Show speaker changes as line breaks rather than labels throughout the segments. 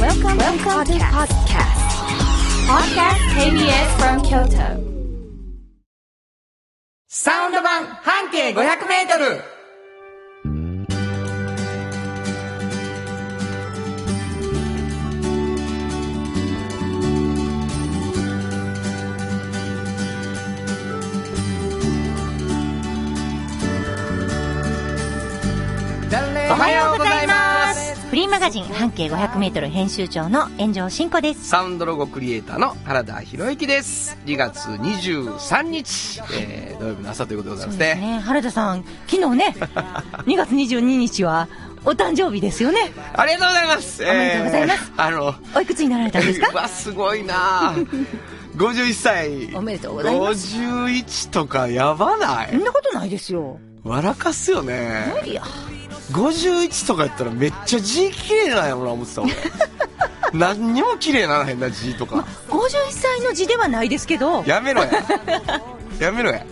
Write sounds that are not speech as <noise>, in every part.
Welcome, to the podcast. Podcast KBS from Kyoto.
サウンド版半径500メートル
お
お
はようございますフリーマガジン半径 500m 編集長の炎上真子です
サウンドロゴクリエイターの原田博之です2月23日、えー、土曜日の朝ということでございますね
ね原田さん昨日 <laughs> ね2月22日はお誕生日ですよね
ありがとうございます
おめでとうございます
えーあの
おいくつになられたんです
う
か
わすごいなあ51歳
<laughs> おめでとうございます
51とかやばな
そん
い
なことないですよ
笑かすよね
無理や
51とかやったらめっちゃ字綺麗なんやろな思って
<laughs>
た俺何にも綺麗ならへんな字とか
51歳の字ではないですけど
やめろややめろや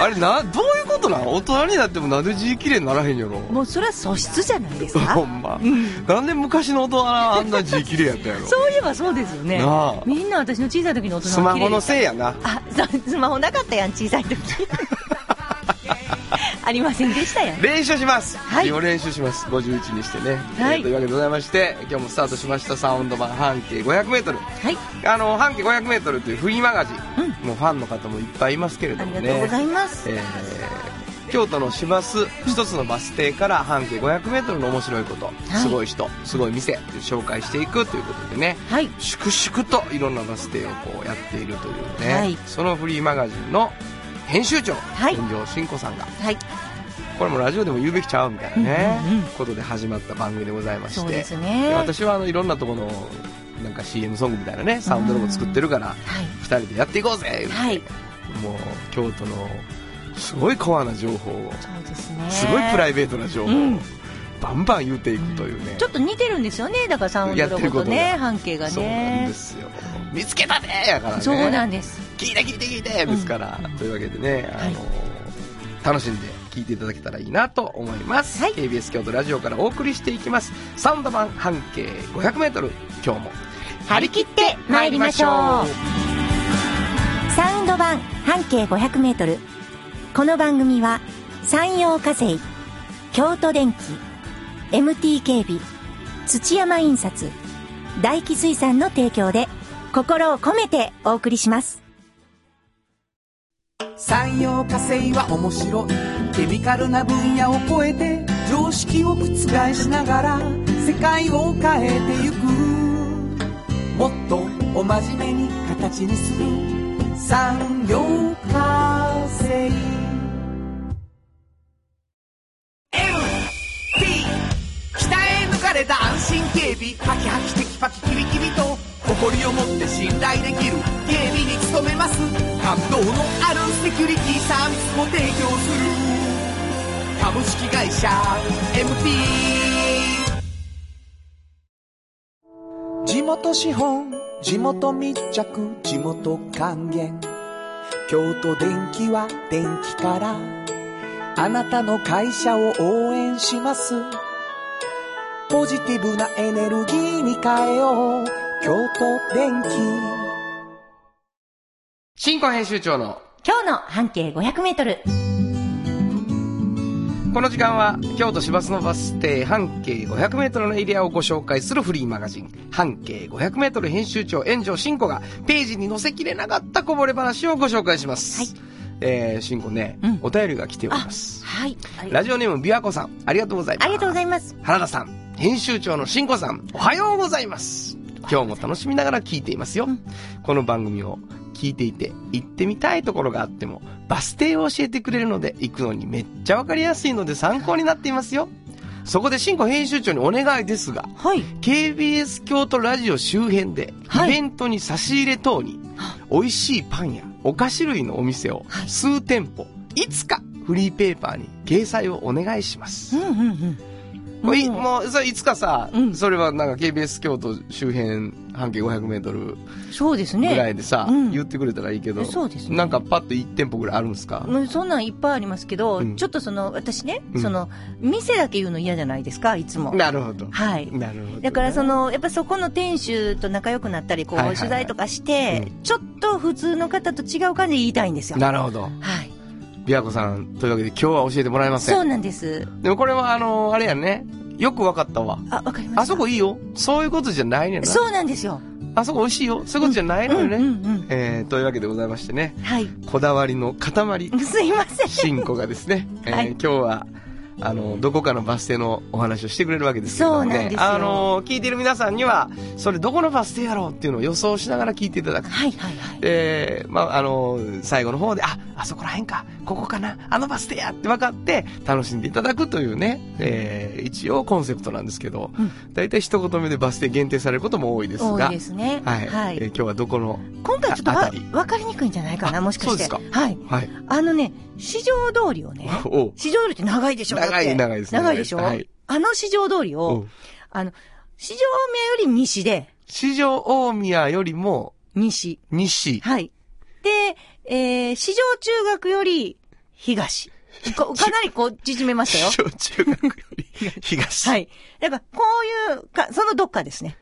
あれなどういうことなん大人になってもなんで字綺麗にならへんやろ
もうそれは素質じゃないです <laughs>
ほ
か
んま、なんで昔の大人はあんな字綺麗やったんやろ
そういえばそうですよね
なあ
みんな私の小さい時の大人
ス
は
マ
綺
ホ
麗
の
でした
せいやな
あさスマホなかったやん小
<laughs>
さい時ありませんでしたやん
練習します、
はい
今練習します51にしてね、
はい
えーというわけでございまして今日もスタートしましたサウンド版半径 500m
はい
あの半径 500m というフリーマガジン、もうファンの方もいっぱいいますけ
あ
れども
りが
ね
とうございます、
えー京都の市バス一つのバス停から半径 500m の面白いこと、
い
すごい人すごい店っていう紹介していくということでね
はい
粛々といろんなバス停をこうやっているというね、
はい
そのフリーマガジンの編集長、
はい
炎上真子さんが
はい
これもラジオでも言うべきちゃうみたいなね、
うんうんうん
ことで始まった番組でございまして
そうですね
で私はあのいろんなところのなんか CM ソングみたいなねサウンドロゴ作ってるから
はい
2人でやっていこうぜ、
はい
もう京都のすごいコアな情報を
そうですね
すごいプラ
イ
イベートな情報を、
うん
バンバン言うていくというね、
ちょっと似てるんですよねだからサウンド
やっ
ロ
てるこ
ゴ
と
と
が
ね半径が
そうなん
ね
ですよ見つけたぜやからね
そうなんです
聞いて聞いて聞いてですから、というわけでね、あの楽しんで聞いていただけたらいいなと思います、
はい
KBS 京都ラジオからお送りしていきますサウンド版半径 500m 今日も
張り切って参りましょう
サウンド版半径500メートル。この番組は、山陽火星、京都電機、MT 警備、土山印刷、大気水産の提供で、心を込めてお送りします。
産業化成は面白いケミカルな分野を超えて常識を覆しながら世界を変えてゆくもっとお真面目に形にする産業化成 MT 鍛え抜かれた安心警備ハキハキテキパキキビキビと誇りを持って信頼できる警備に努めます感動のあるセキュリティサービスも提供する株式会社 MT 地元資本地元密着地元還元京都電気は電気からあなたの会社を応援しますポジティブなエネルギーに変えよう京都電気
新婚編集長の
今日の半径500メートル。
この時間は京都市バスのバス停半径 500m のエリアをご紹介するフリーマガジン半径 500m 編集長炎上真子がページに載せきれなかったこぼれ話をご紹介します、
はい
えー、真子ね、
うん
お便りが来ております
はいあり
ラジオネーム琵琶湖さんありがとうございます
ありがとうございます
原田さん編集長の真子さんおはようございます今日も楽しみながら聞いていますよ、この番組を聞いていて行ってみたいところがあってもバス停を教えてくれるので行くのにめっちゃわかりやすいので参考になっていますよそこで真子編集長にお願いですが
はい
KBS 京都ラジオ周辺で、
はい
イベントに差し入れ等に、美味しいパンやお菓子類のお店を
はい
数店舗、いつかフリーペーパーに掲載をお願いします。
うんうんうん
もうい、
もう
もう、それいつかさ、
うん
それはなんか KBS 京都周辺半径500メートル
そうです
ぐ
ね。
らいでさ、
うん
言ってくれたらいいけど、
そうですね
なんかパッと1店舗ぐらいあるんですか、
もうそんなんいっぱいありますけど、
うん
ちょっとその、私ね、
うん
その、店だけ言うの嫌じゃないですか、いつも。
なるほど。
はい。
なるほどね。
だからその、やっぱそこの店主と仲良くなったり、こう、
はいはいはい
取材とかして、
う
ちょっと普通の方と違う感じで言いたいんですよ。
なるほど。
はい。
琵琶湖さん、というわけで今日は教えてもらえませ。
そうんなんです。
でもこれはあの、あれやね。よくわかったわ。
あ、わかりました。
あそこいいよ。そういうことじゃないねんな。
そうなんですよ。
あそこ美味しいよ。そういうことじゃないのよね。
うんうん
えー、というわけでございましてね
う。ん。はい。 <laughs>
こだわりの塊、
すいません。
シンコがですね、えー
はい
今日は、あの、どこかのバス停のお話をしてくれるわけですけれどもね。
そうなんですよ
あの、聞いてる皆さんには、それどこのバス停やろうっていうのを予想しながら聞いていただく。
はいはいはい。
えー、まあ、あの、最後の方で、あ、あそこら辺か、ここかな、あのバス停やって分かって、楽しんでいただくというね、えー、一応コンセプトなんですけど、
うん
大体一言目でバス停限定されることも多いです
多い
が、
ですね。
はい、えー今日はどこの、
今回ちょっと
あ
わ
たり
わかりにくいんじゃないかな、
あ
もしかして。
そうです
はい。
はい、
あのね、市場通りをね、
おう
市場通りって長いでしょだって
長い長いですね
長いでしょ、
はい
あの市場通り
お
を、
う
あの、市場名より西で、
市場大宮よりも
西。
西、
はい。で、えー、市場中学より東。
<laughs>
こかなりこう縮めましたよ
市。場中学よ
<laughs>
り東。
はい。だから、こういうか、そのどっかですね。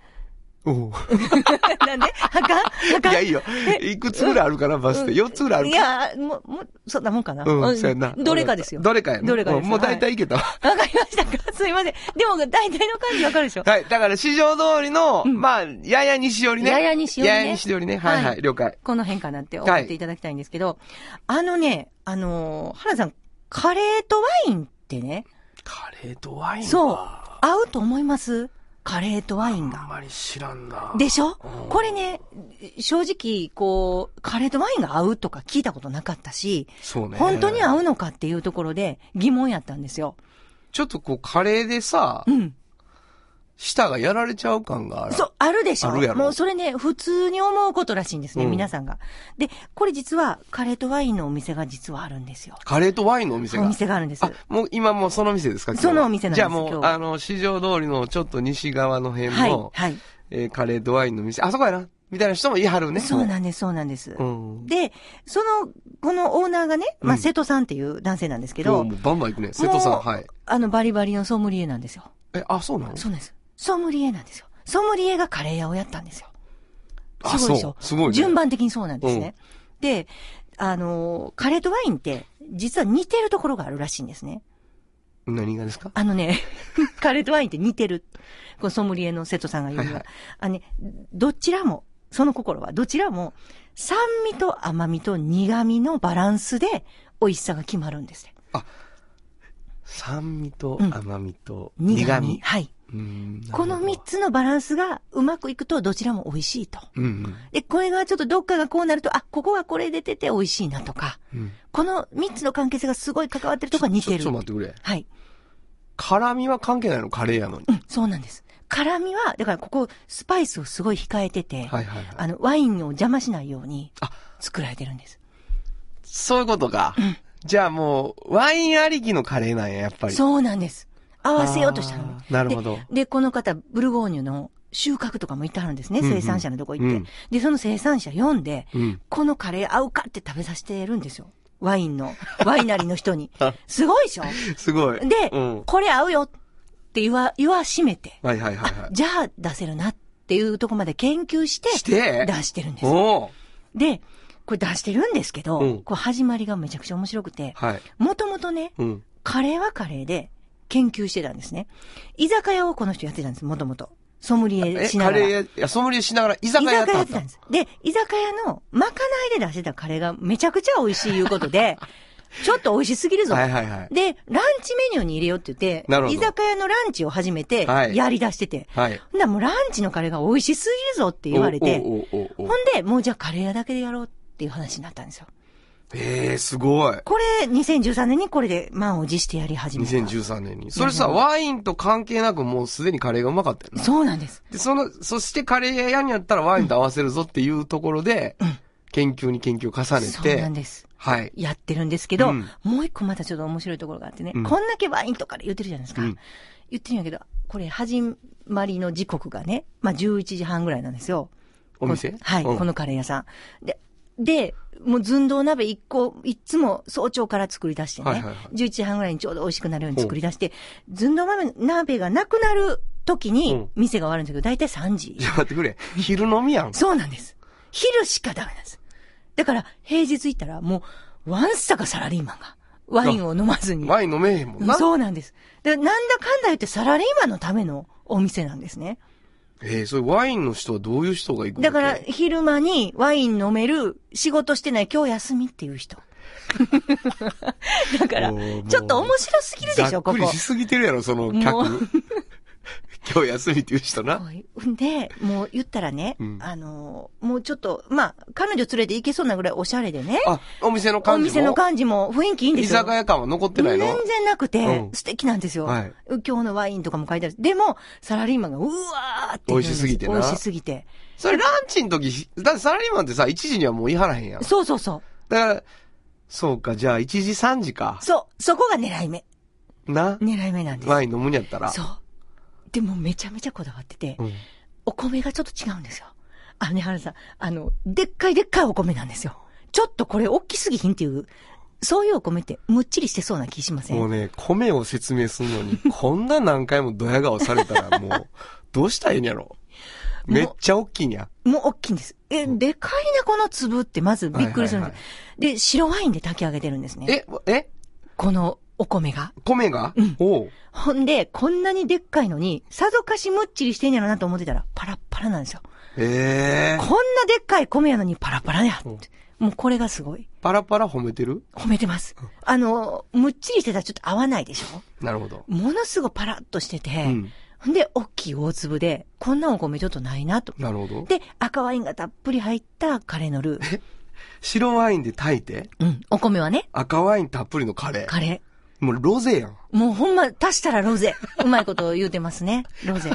<laughs>
おう
なんであかんあ
い
か
や、
ん
いいよ。いくつぐらいあるかな、バス停。4つぐらいある
い
か
や、もう、もう、そんなもんかな。
うん、そうやな。
どれかですよ。
どれかやな
どれかです
うんもう大体いけたわ。
わかりましたか <laughs> すいません。でも、大体の感じわかる
<laughs>
でしょ
はい。だから、市場通りの、まあ、やや西寄りね。
やや西寄りね
やや西寄りね。はいは。
はいい
了解。
この辺かなって思っていただきたいんですけど、あのね、あのー原さん、カレーとワインってね、
カレーとワインは
そう、
あ
合うと思いますカレーとワインが。
まり知らんな。
でしょこれね、正直、こう、カレーとワインが合うとか聞いたことなかったし、
そうね。
本当に合
う
うのかっていうところで疑問やったんですよ。
ちょっとこう、カレーでさ、
うん。
舌がやられちゃう感がある。
そう、あるでしょ
あるやろ
もうそれね、普通に思うことらしいんですね、
うん
皆さんが。で、これ実は、カレーとワインのお店が実はあるんですよ。
カレーとワインのお店
お
が。
店があるんです
あ。、もう今もうその店ですか今日は
そのお店なんです
じゃあ
今
もう、
日は
あの、市場通りのちょっと西側の辺
はい
の、、
はい。
えーカレーとワインの店、あそこやな、みたいな人も言いはるね。
そうなんです、そうなんです。
うん。
で、その、このオーナーがね、ま
う
あ、
ん
瀬戸さんっていう男性なんですけ
も
ど、
うもうバンバン行くね。瀬戸さん、
もう
はい。
あの、バリバリのソムリエなんですよ。
え、あ、そうなの
そうなんです。ソムリエなんですよ。ソムリエがカレー屋をやったんですよ。
あ
すごいでしょ
そうすごいね
順番的にそうなんですね。で、あの、カレーとワインって、実は似てるところがあるらしいんですね。
何がですか
あのね、 <laughs> カレーとワインって似てる。このソムリエの瀬戸さんが言うには。
はい
あのね、どちらも、その心は、どちらも、酸味と甘みと苦味のバランスで、美味しさが決まるんですね。
酸味と
うん
甘みと
苦味。
苦味。
はい。
うん
この三。つのバランスがうまくいくと、どちらも美味しいと。
なるほどうん
で、これがちょっとどっかがこうなると、あ、ここがこれ出てて美味しいなとか、
うん。うん。
この三つの関係性がすごい関わってるとこが似て
ちょ
る
ちょ。っと待ってくれ。
はい。
辛味は関係ないのカレーやのに。
そうなんです。辛味は、だからここ、スパイスをすごい控えてて、
はいはいはい。
あの、ワインを邪魔しないように
あ
作られてるんです。
そういうことか。じゃあもう、ワインありきのカレーなんや、やっぱり。
そうなんです。合わせようとしたのね
あ。ーなるほど
で。で、この方、ブルゴーニュの収穫とかも行ってはるんですね。
うんうん
生産者のとこ行って。
うん
で、その生産者読んで、
うん
このカレー合うかって食べさせてるんですよ。ワインの、ワイナリーの人
<laughs>
に。すごいでしょ
すごい。
で、
うん。
これ合うよって言わ、言わしめて、
はいはいはいは
じゃあ出せるなっていうとこまで研究して、
い。して、
出してるんです。
おー
で、これ出してるんですけど、
うん
こう始まりがめちゃくちゃ面白くて、
はい。
もともとね、
うん。
カレーはカレーで研究してたんですね。居酒屋をこの人やってたんです、もともと。ソムリエ
え、
しな
カ
がら。
レーや、いや、ソムリエしながら居酒
居
屋
酒
やっ
屋
て
や
は
っ
って
たん
た
で。す。で、居酒屋のまかないで出してたカレーがめちゃくちゃ美味しいいうこと
<laughs>
で、ちょっと美味しすぎるぞ。
はいはいはい。
で、ランチメニューに入れようって言って
なる、ほど
居酒屋のランチを始めて
は、い
やり出してて。
はい。
ほんならもうランチのカレーが美味しすぎるぞって言われて、
お
ほん
おおおお
で、もうじゃあカレー屋だけでやろうっていう話になったんですよ。
えー、すごい。
これ、2013年にこれで満を持してやり始めた。
2013年に。それさ、ワインと関係なくもうすでにカレーがうまかったよね。
そうなんです。
で、その、そしてカレー屋にやったらワインと合わせるぞっていうところで、研究に研究を重ね
そうなん
て、
です。
はい。
やってるんですけど、
うん
もう一個またちょっと面白いところがあってね、
うん
こんだけワインとかで言ってるじゃないですか。
うん
言ってるんやけど、これ始まりの時刻がね、まあ11時半ぐらいなんですよ。
お店
こはい、
うん
このカレー屋さん。で、で、もう寸胴鍋一個、いっつも早朝から作り出してね、
はいはいはい
11時半ぐらいにちょうど美味しくなるように作り出して、寸胴鍋鍋がなくなる時
う
に
ん
店が終わるんですけど、だいたい3時
い。や、待ってくれ。昼飲みやん。
そうなんです。昼しかダメなんです。だから、平日行ったら、もう、ワンサかサラリーマンが、ワインを飲まずに。
ワイン飲めへんもんな。
そうなんです。で、なんだかんだ言ってサラリーマンのためのお店なんですね。
えー、それワインの人はどういう人が行くわけ
だから、、昼間にワイン飲める、仕事してない、今日休みっていう
<laughs>
人。だから、
おーもう
ちょっと面白すぎるでし
ざっ
ょ、こ
くり
こ
し。すぎてるやろ、その
もう
客。 <laughs> 今日休みっていう人な。
はいで、もう言ったらね、
うん
あの、もうちょっと、まあ、彼女連れて行けそうなぐらいおしゃれでね。
あ、お店の
お
感じも
店の感じも雰囲気いいんで
居
すよ。
酒屋感は残ってないの
全然なくて
う、ん
素敵なんですよ、
はい
今日のワインとかも書いてある。でも、サラリーマンが、うわーって言うんで
美味しすぎてな
美味しすぎて。
それランチの時、だってサラリーマンってさ、1時にはもう言い張らへんやん。だ
そうそうそ
から、そうか、じゃあ1時3時か
う。。そう。そこが狙い目。
な。
狙い目なんです。
ワイン飲むんやったら。
そう。でもめちゃめちゃこだわってて、
うん
お米がちょっと違うんですよ。あのね、原さん、あの、でっかいでっかいお米なんですよ。ちょっとこれ大きすぎひんっていう、そういうお米ってむっちりしてそうな気しません
もうね、米を説明する
<laughs>
のに、こんな何回もドヤ顔されたら、もう、どうしたらいいんやろ。めっちゃ大きいんや。
もう大きいんです。え、でかいな、この粒って、まずびっくりするん
はい
で
は
す。
い
で、白ワインで炊き上げてるんですね。
え、え
このお米が。
米が、おう
ほんで、こんなにでっかいのに、さぞかしむっちりしてんやろなと思ってたら、パラッパラなんですよ。
ええ
こん
ー。
なでっかい米やのにパラパラやって。もうこれがすごい。
パラパラ褒めてる
褒めてます。あの、むっちりしてたらちょっと合わないでしょ
なるほど。
ものすごいパラッとしてて、
うん
ほんで、大きい大粒で、こんなお米ちょっとないなと。
なるほど。
で、赤ワインがたっぷり入ったカレーのルー。
白ワインで炊いて、
うん。お米はね、
赤ワインたっぷりのカレ
カレー。
ー。もうロゼやん。
もうほんま、足したらロゼ。うまいこと言うてますね。ロゼ。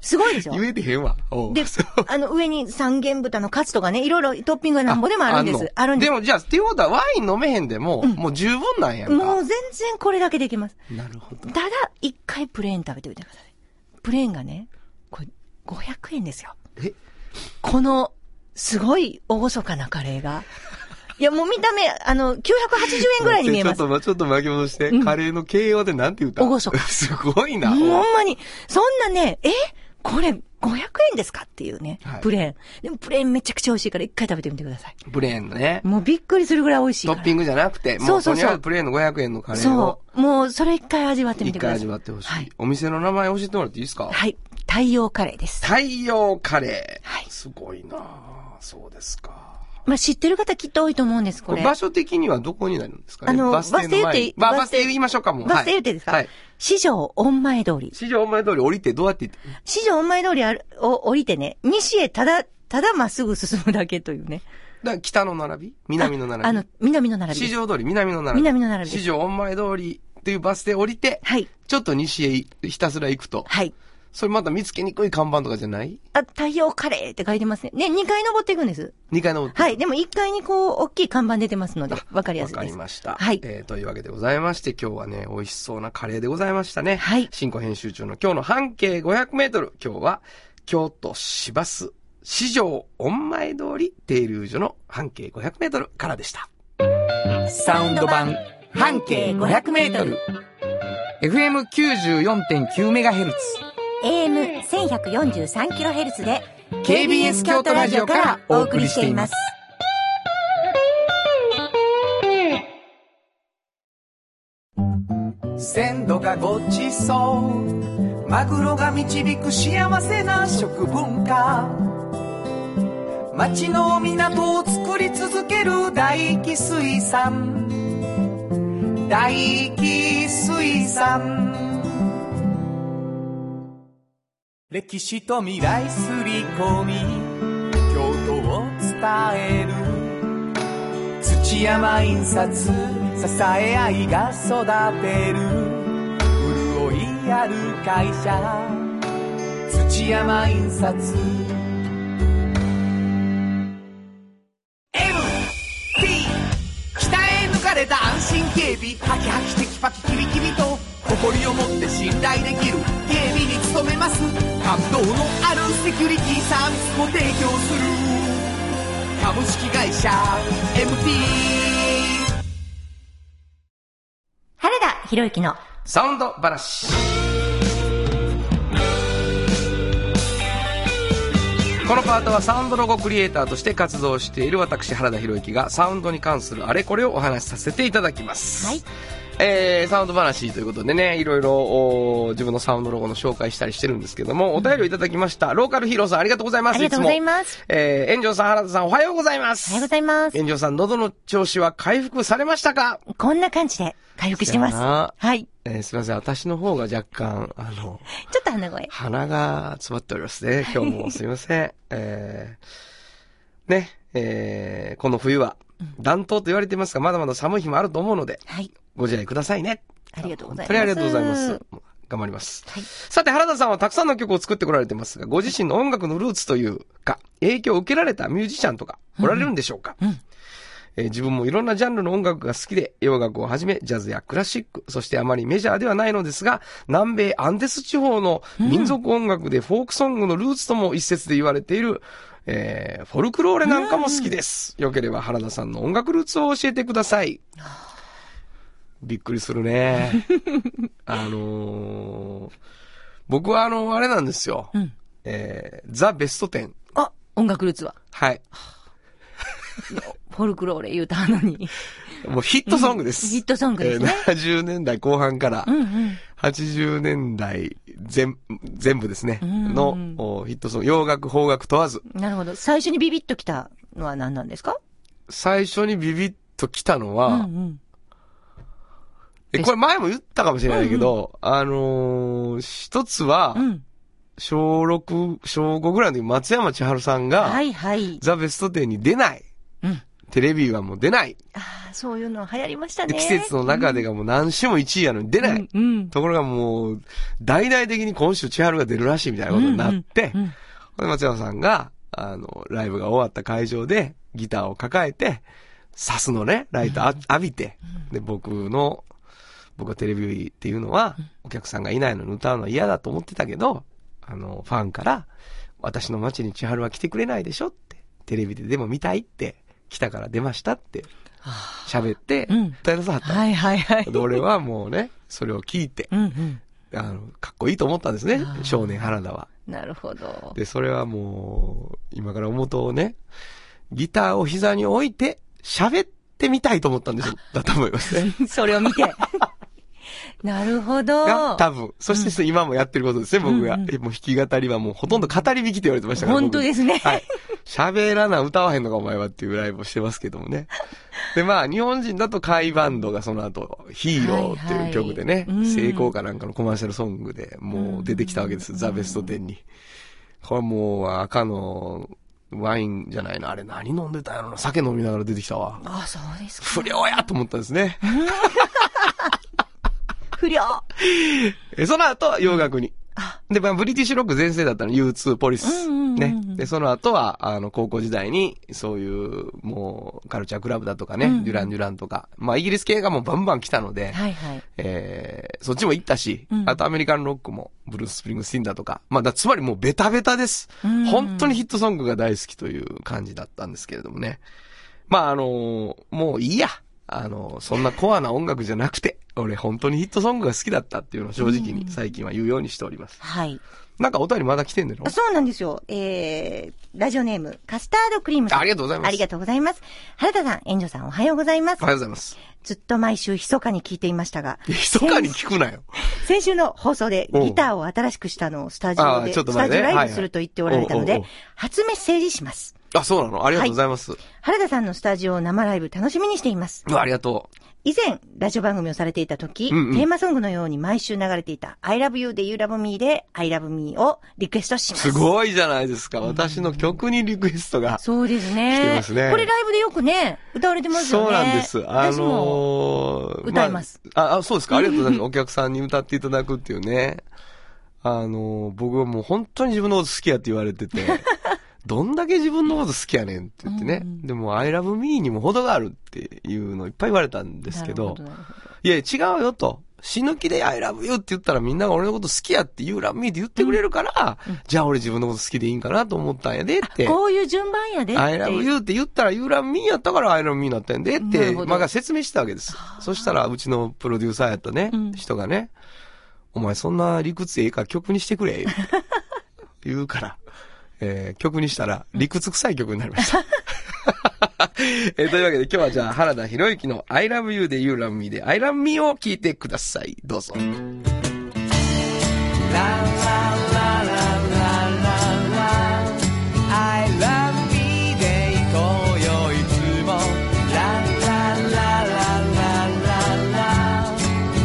すごいでしょ
言えてへんわ。おう
で
そう、
あの、上に三元豚のカツとかね、いろいろトッピングがなんぼでもあるんです。あ
あ
るんで。
ですもじゃあ、っていうことはワイン飲めへんでも、もう十分なんやんか。
もう全然これだけできます。
なるほど。
ただ、一回プレーン食べておいてください。プレーンがね、これ、500円ですよ。
え
この、すごい大そかなカレーが。いや、もう見た目、あの、980円ぐらいに見えます。
ちょっと、ちょっと巻き戻して、
うん
カレーの形容でなんて言った
厳か
すごいな。
ほん
おう
まに、そんなね、えこれ、500円ですかっていうね、
はい
プレーン。でも、プレーンめちゃくちゃ美味しいから、一回食べてみてください。
プレーンのね。
もうびっくりするぐらい美味しいか
ト
ら。
ッピングじゃなくて、
そ
も
う
う
そ
と
うそう
にかくプレーンの500円のカレー
そ
を、
う。もう、それ一回味わってみ
一
てくだ
回
さい。
味わってほし
はいい。。
お店の名前教えてもらっていいですか
はい。太陽カレーです。
太陽カレー。
はい
すごいなそうですか。
まあ、知ってる方きっと多いと思うんです、こ
これ
れ。
場所的にはどこになるんですかね
あの、バス停言っ
前
て
に、まあ、バス停言いましょうかもう。
バス停
は
言
い
ってですか
はい。
市場御前通り。
市場前通り降りてどうやって行って
市場御前通りあるを降りてね、西へただ、ただまっすぐ進むだけというね。
だから北の並び南の並び
あの、南の並びで
市
す。
場通り、南の並び。
南の並びです
市場御前通りっていうバス停降りて、
はい。
ちょっと西へいひたすら行くと。
はい。
それまた見つけにくい看板とかじゃない
あ、太陽カレーって書いてますね。ね、2階登っていくんです。
?2 階の方。
はい。でも1階にこう、大きい看板出てますので、わかりや
わ
すいです。
かりました。
はい。
えー、というわけでございまして、今日はね、美味しそうなカレーでございましたね。
はい
新庫編集長の今日の半径500メートル。今日は、京都市バス、市場御前通り停留所の半径500メートルからでした。
サウンド版半径500メートル FM94.9 メガヘルツ
AM1143kHz で
KBS 京都ラジオからお送りしています。鮮度がごちそうマグロが導く幸せな食文化町の港を作り続ける大気水産大気水産歴史と未来すり込み京都を伝える土山印刷支え合いが育てる潤いある会社土山印刷 MT 北へ抜かれた安心警備ハキハキテキパキキビキビと心誇りを持って信頼できる警備に努めます感動のあるセキュリティサービスも提供する株式会社 MT
原田博之の
サウンド話。このパートはサウンドロゴクリエイターとして活動している私原田博之がサウンドに関するあれこれをお話しさせていただきます。
はい。
えー、サウンド話ということでね、いろいろおー自分のサウンドロゴの紹介したりしてるんですけども、お便りをいただきました。ローカルヒーローさんありがとうございます。
ありがとうございます
つも。えー、炎上さん原田さんおはようございます。
おはようございます
炎上さん喉の調子は回復されましたか
こんな感じで回復してます。
そうやな
はい。
えーすいません、私の方が若干、あの、
ちょっと鼻声。
鼻が詰まっておりま
<laughs>
すね。今日もすいません。えー、ね、えー、この冬は暖冬と言われていますが、まだまだ寒い日もあると思うので、
はい。
ご自愛くださいね。
ありがとうございます
本当にありがとうございます。頑張ります。
はい
さて、原田さんはたくさんの曲を作ってこられてますが、ご自身の音楽のルーツというか、影響を受けられたミュージシャンとか、おられるんでしょうか、えー自分もいろんなジャンルの音楽が好きで、洋楽をはじめ、ジャズやクラシック、そしてあまりメジャーではないのですが、南米アンデス地方の民族音楽でフォークソングのルーツとも一説で言われている、えーフォルクローレなんかも好きです。よければ原田さんの音楽ルーツを教えてください。びっくりする <laughs> ね。あのー僕はあの、あれなんですよ。えーザ・ベスト10。
あ、音楽ルーツは。
はい。
フォルクローレ言うたのに。
<laughs> もうヒットソングです。
うんヒットソングですね
えー70年代後半から
う、んうん。
80年代全、全部ですね。
ん
のおヒットソング。洋楽、邦楽問わず。
なるほど。最初にビビッときたのは何なんですか
最初にビビッと来たの
うんう
は、
ん。
えこれ前も言ったかもしれないけど、あのー一つは
う、ん。
小6、小5ぐらいの時松山千春さんが、
はいはい。
ザ・ベスト10に出ない。
うん
テレビはもう出ない。
ああ、そういうの流行りました
で
ね。
季節の中でがもう何週も1位やのに出ない。
うんうん。
ところがもう、大々的に今週千春が出るらしいみたいなことになって、
うんうん
で松山さんが、あの、ライブが終わった会場でギターを抱えて、サスのね、ライトあ浴びて、で、僕の、僕はテレビっていうのは、お客さんがいないのに歌うのは嫌だと思ってたけど、あの、ファンから、私の街に千春は来てくれないでしょって、テレビででも見たいって、来たから出ましたって、喋って、
うん
歌いなさったの。
はいはいはい。
<laughs> で俺はもうね、それを聞いて、
うんうん。
あの、かっこいいと思ったんですね、少年原田は。
なるほど。
で、それはもう、今から思うとね、ギターを膝に置いて、喋ってみたいと思ったんですだと思いますね。
<laughs> それを
<laughs>
見て。なるほ
が
ど。
多分。そしてそれ今もやってることですね、僕が。
うんうん
えもう弾き語りはもうほとんど語り引きって言われてましたから。。
本当ですすね。
はい。喋らな、歌わへんのかお前はっていうライブをしてますけどもね。で、まあ、日本人だとカイバンドがその後、ヒーローっていう曲でね、
はいはいうん
成功かなんかのコマーシャルソングでもう出てきたわけです、ザ・ベスト10に。これもう赤のワインじゃないの、あれ何飲んでたんやろな、酒飲みながら出てきたわ。
あ、そうですか。
不良やと思ったんですね。
不良。
えその後、洋楽に。で、まあ、ブリティッシュロック全盛だったの、U2 ポリス。
うんうんうんう
ね
ん。
で、その後は、あの、高校時代に、そういう、もう、カルチャークラブだとかね、
うんうん
デュラン・デュランとか、まあ、イギリス系がもうバンバン来たので、
はいはい。
えー、そっちも行ったし、
うん
あとアメリカンロックも、ブルース・スプリングスティンだとか、まあ、だつまりもうベタベタです、
うん
本当にヒットソングが大好きという感じだったんですけれどもね。まあ、あのーもういいや。あのーそんなコアな音楽じゃなくて、俺本当にヒットソングが好きだったっていうのを正直に最近は言うようにしております。
はい。
なんかお便りまだ来てんのよ
あそうなんですよ。えー、ラジオネーム、カスタードクリームさん。
ありがとうございます
ありがとうございます。原田さん、炎上さん、おはようございます
おは。ようございます。
ずっと毎週、密かに聞いていましたが、
いや <laughs> 密かに聞くなよ。
先週の放送で
おう
ギターを新しくしたのをスタジオ
あ
で、
ーちょっと
ス
前
タ
ね
ジオライブすると言っておられたの
は
で、
いはいおうおう
初メッセージします。
あ、そうなのありがとうございます。
原田さんのスタジオ生ライブ楽しみにしています。
うわありがとう。
以前、ラジオ番組をされていた時、
うんうん
テーマソングのように毎週流れていた I love you で You love me で I love me をリクエストします。
すごいじゃないですか。私の曲にリクエストが。
そうですね。
来てますね
これライブでよくね、歌われてますよね。
そうなんです。あ
私も
のー
歌います
あ。あ、そうで
<laughs>
すか。ありがとうございます。お客さんに歌っていただくっていうね。あのー僕はもう本当に自分のこと好きやって言わ
<laughs>
れてて、どんだけ自分のこと好きやねんって言ってね。でも、I love me にも程があるっていうのいっぱい言われたんですけ
な
ど、
るほどなるほど
いや、違うよと。死ぬ気で I love you って言ったらみんなが俺のこと好きやって You love me って言ってくれるから、じゃあ俺自分のこと好きでいいんかなと思ったんやでって。
こういう順番やでっていう。
I love you って言ったら You love me やったから I love me になったんでっ
なる
て、
ほど
まあが説明したわけです。そしたらうちのプロデューサーやったね、
うん
人がね、お前そんな理屈ええから曲にしてくれ、
<laughs>
言うて言うから、えー曲にしたら理屈臭い曲になりました。 <laughs> えーというわけで今日はじゃあ原田博之の I love you で You love me で I love me を聞いてください。どうぞ。
I love me で行こうよいつも La la la la la la la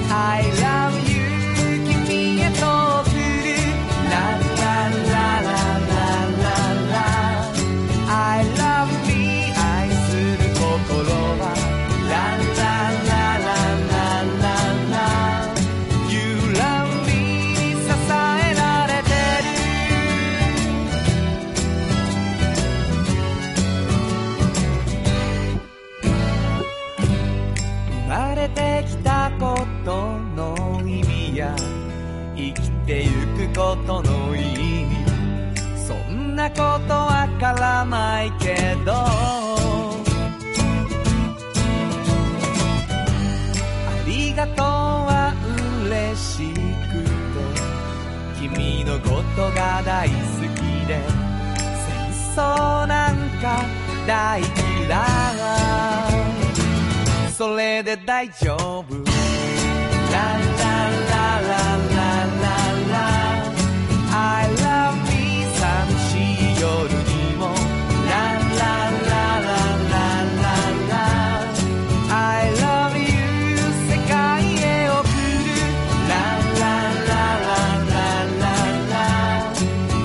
I love you 君へと送る La la la la la la la I love me 愛する心は La la la la la la la You love me 支えられてる生まれてきたことの意味や生きてゆくことの意味そんなことわからないけどありがとうは嬉しくて君のことが大好きで戦争なんか大嫌いそれで大丈夫ラララララララ I love me 寂しい夜にもラララララララ I love you 世界へ送るラララララララ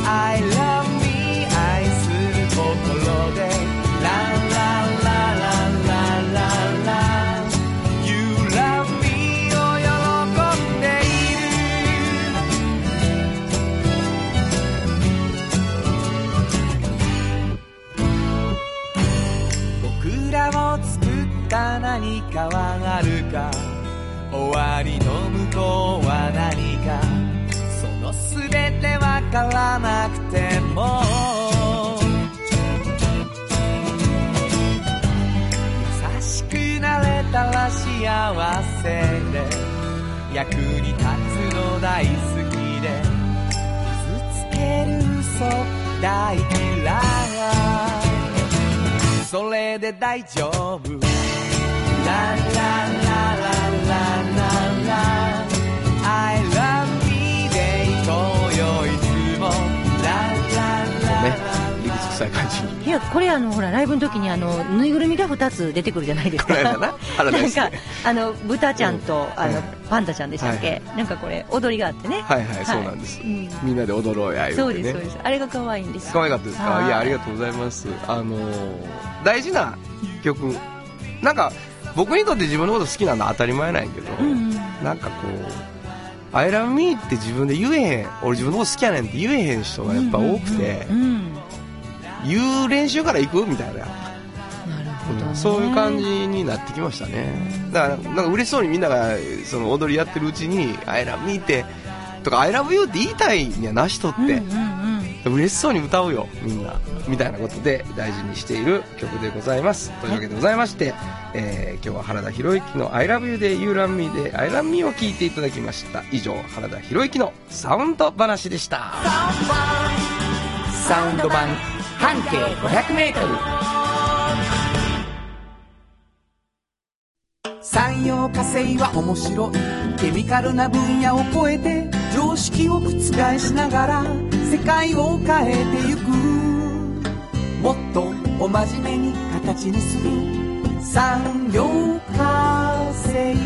I love me 愛する心で La la la la la la la You love me を喜んでいる僕らを作った何かはあるか終わりの向こうは何かその全てわからなくても優しくなれたら幸せで役に立つの大好きで傷つける嘘大嫌いそれで大丈夫ラララララララ I love me で行こうよいつもラララ
ね
ララ。
理屈臭い感じに。
いや、これあの、ほら、ライブの時にあの、ぬいぐるみが2つ出てくるじゃないですか。
この間な原田
な
で
ん
すね
か、あの、豚ちゃんと、あ
は
の
い、
パンダちゃんでしたっけ、
は
なんかこれ、踊りがあってね。
はいはい、そうなんです。
うん
みんなで踊ろうや、言
そうう
て
です、そう
ね
で。す。あれが可愛いんですよ。
可愛かったです
は
か
い
いや、ありがとうございます。あのー大事な曲。なんか、僕にとって自分のこと好きなのは当たり前なんやけど、
うん
なんかこう、I love me って自分で言えへん、俺自分のこと好きやねんって言えへん人がやっぱ多くて
う、ん。
言う練習から行くみたいな、
なるほど、
う
ね。
んそういう感じになってきましたね。だから、なんか嬉しそうにみんながその踊りやってるうちに、I love me って、とか I love you って言いたいんやな、人って。
うんうんうん。
嬉しそうに歌うよみんなみたいなことで大事にしている曲でございますというわけでございまして、えー今日は原田博之の「ILOVEYOU」で「YouLoveMe」で「ILOVEMe」を聴いていただきました以上原田博之のサウンド話でした
サウンド版半径 500m
産業化成は面白いケミカルな分野を超えて常識を覆しながら世界を変えてゆくもっとお真面目に形にする産業化成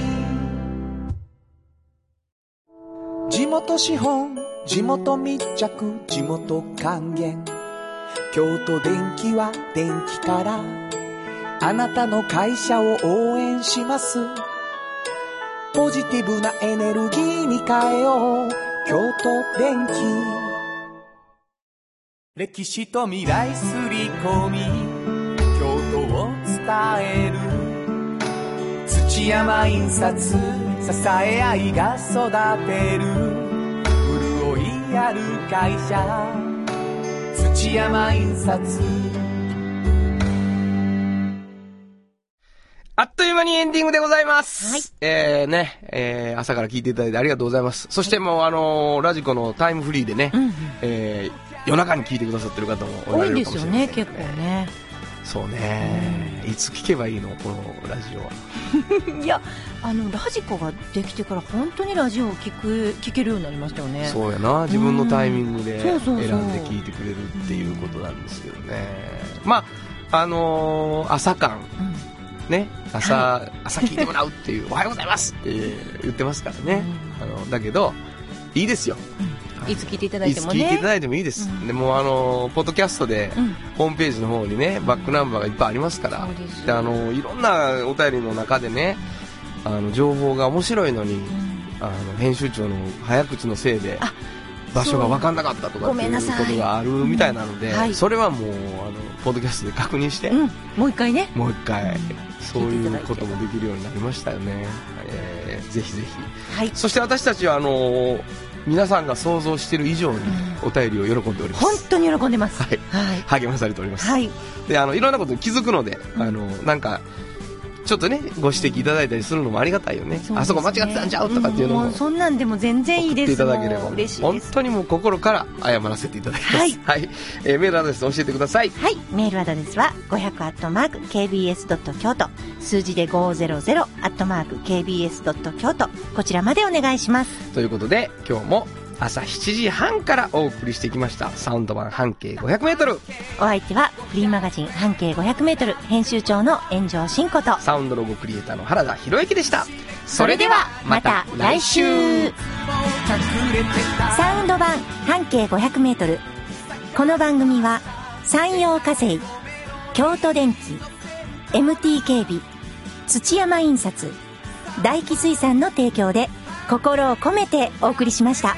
地元資本地元密着地元還元京都電気は電気からあなたの会社を応援します。ポジティブなエネルギーに変えよう。京都電気。歴史と未来すり込み、京都を伝える。土山印刷支え合いが育てる潤いある会社土山印刷
あっという間にエンディングでございます。
はい
えーね、えー朝から聞いていただいてありがとうございます。そしてもうあのーラジコのタイムフリーでね、えー夜中に聞いてくださってる方もお
多
ら
いん
れる
で
か
す
も
よ
しれ
ね、
ません
結構ね。
そうね、いつ聞けばいいのこのラジオは。
いや、あの、ラジコができてから本当にラジオを聞く、聞けるようになりましたよね。
そうやな自分のタイミングで
ん
選
そ
ん
うそうそう
で聞いてくれるっていうことなんですけどねまああのー朝間
うん
ね朝朝聞いてもらうっ
<laughs>
ていう「おはようございます」って言ってますからねあのだけどいいですよ
いつ聞いていただ
い
いて
つ
も
聞いてい
ね
た。だいてもいいです、
うん
でもうあのーポッドキャストで、
うん
ホームページの方にねバックナンバーがいっぱいありますから
そうですよ
であのーいろんなお便りの中でねあの情報が面白いのに、あの編集長の早口のせいで場所が分かんなかったと
ご
かって
め
い
んな
う
さい
ことがあるみたいなので、
うんはい
それはもうあのポッドキャストで確認して、
うん、もう一回ね。
もう一回そうい
聞いていただ
う
いて
こともできるようになりましたよね、えーぜひぜひ
はい。
そして私たちはあの皆さんが想像している以上にお便りを喜んでおりま
本
す、
当に喜んでます。
はい
はい。
励まされております、
はい。
であのいろんなことに気づくので、あのなんかちょっとねご指摘いただいたりするのもありがたいよね
うですね
あそこ間違ってたんちゃうとかっていうのも
んそんなんでも全然い
送
いで
って
す。
いただければ
もう嬉しい
本
です。
当にもう心から謝らせていただきますは
はいい、
えーメールアドレス教えてください
はい、メールアドレスは500アットマーク KBS ドット京都、数字で500アットマーク KBS ドット京都、こちらまでお願いします。
ということで今日も朝7時半からお送りしてきましたサウンド版半径 500m
お相手はフリーマガジン半径500メートル編集長の炎上真子と。
サウンドロゴクリエイターの原田博之でした
それではまた来週サウンド版半径500メートル。この番組は山陽火星、京都電機、MT 警備、土山印刷、大気水産の提供で心を込めてお送りしました。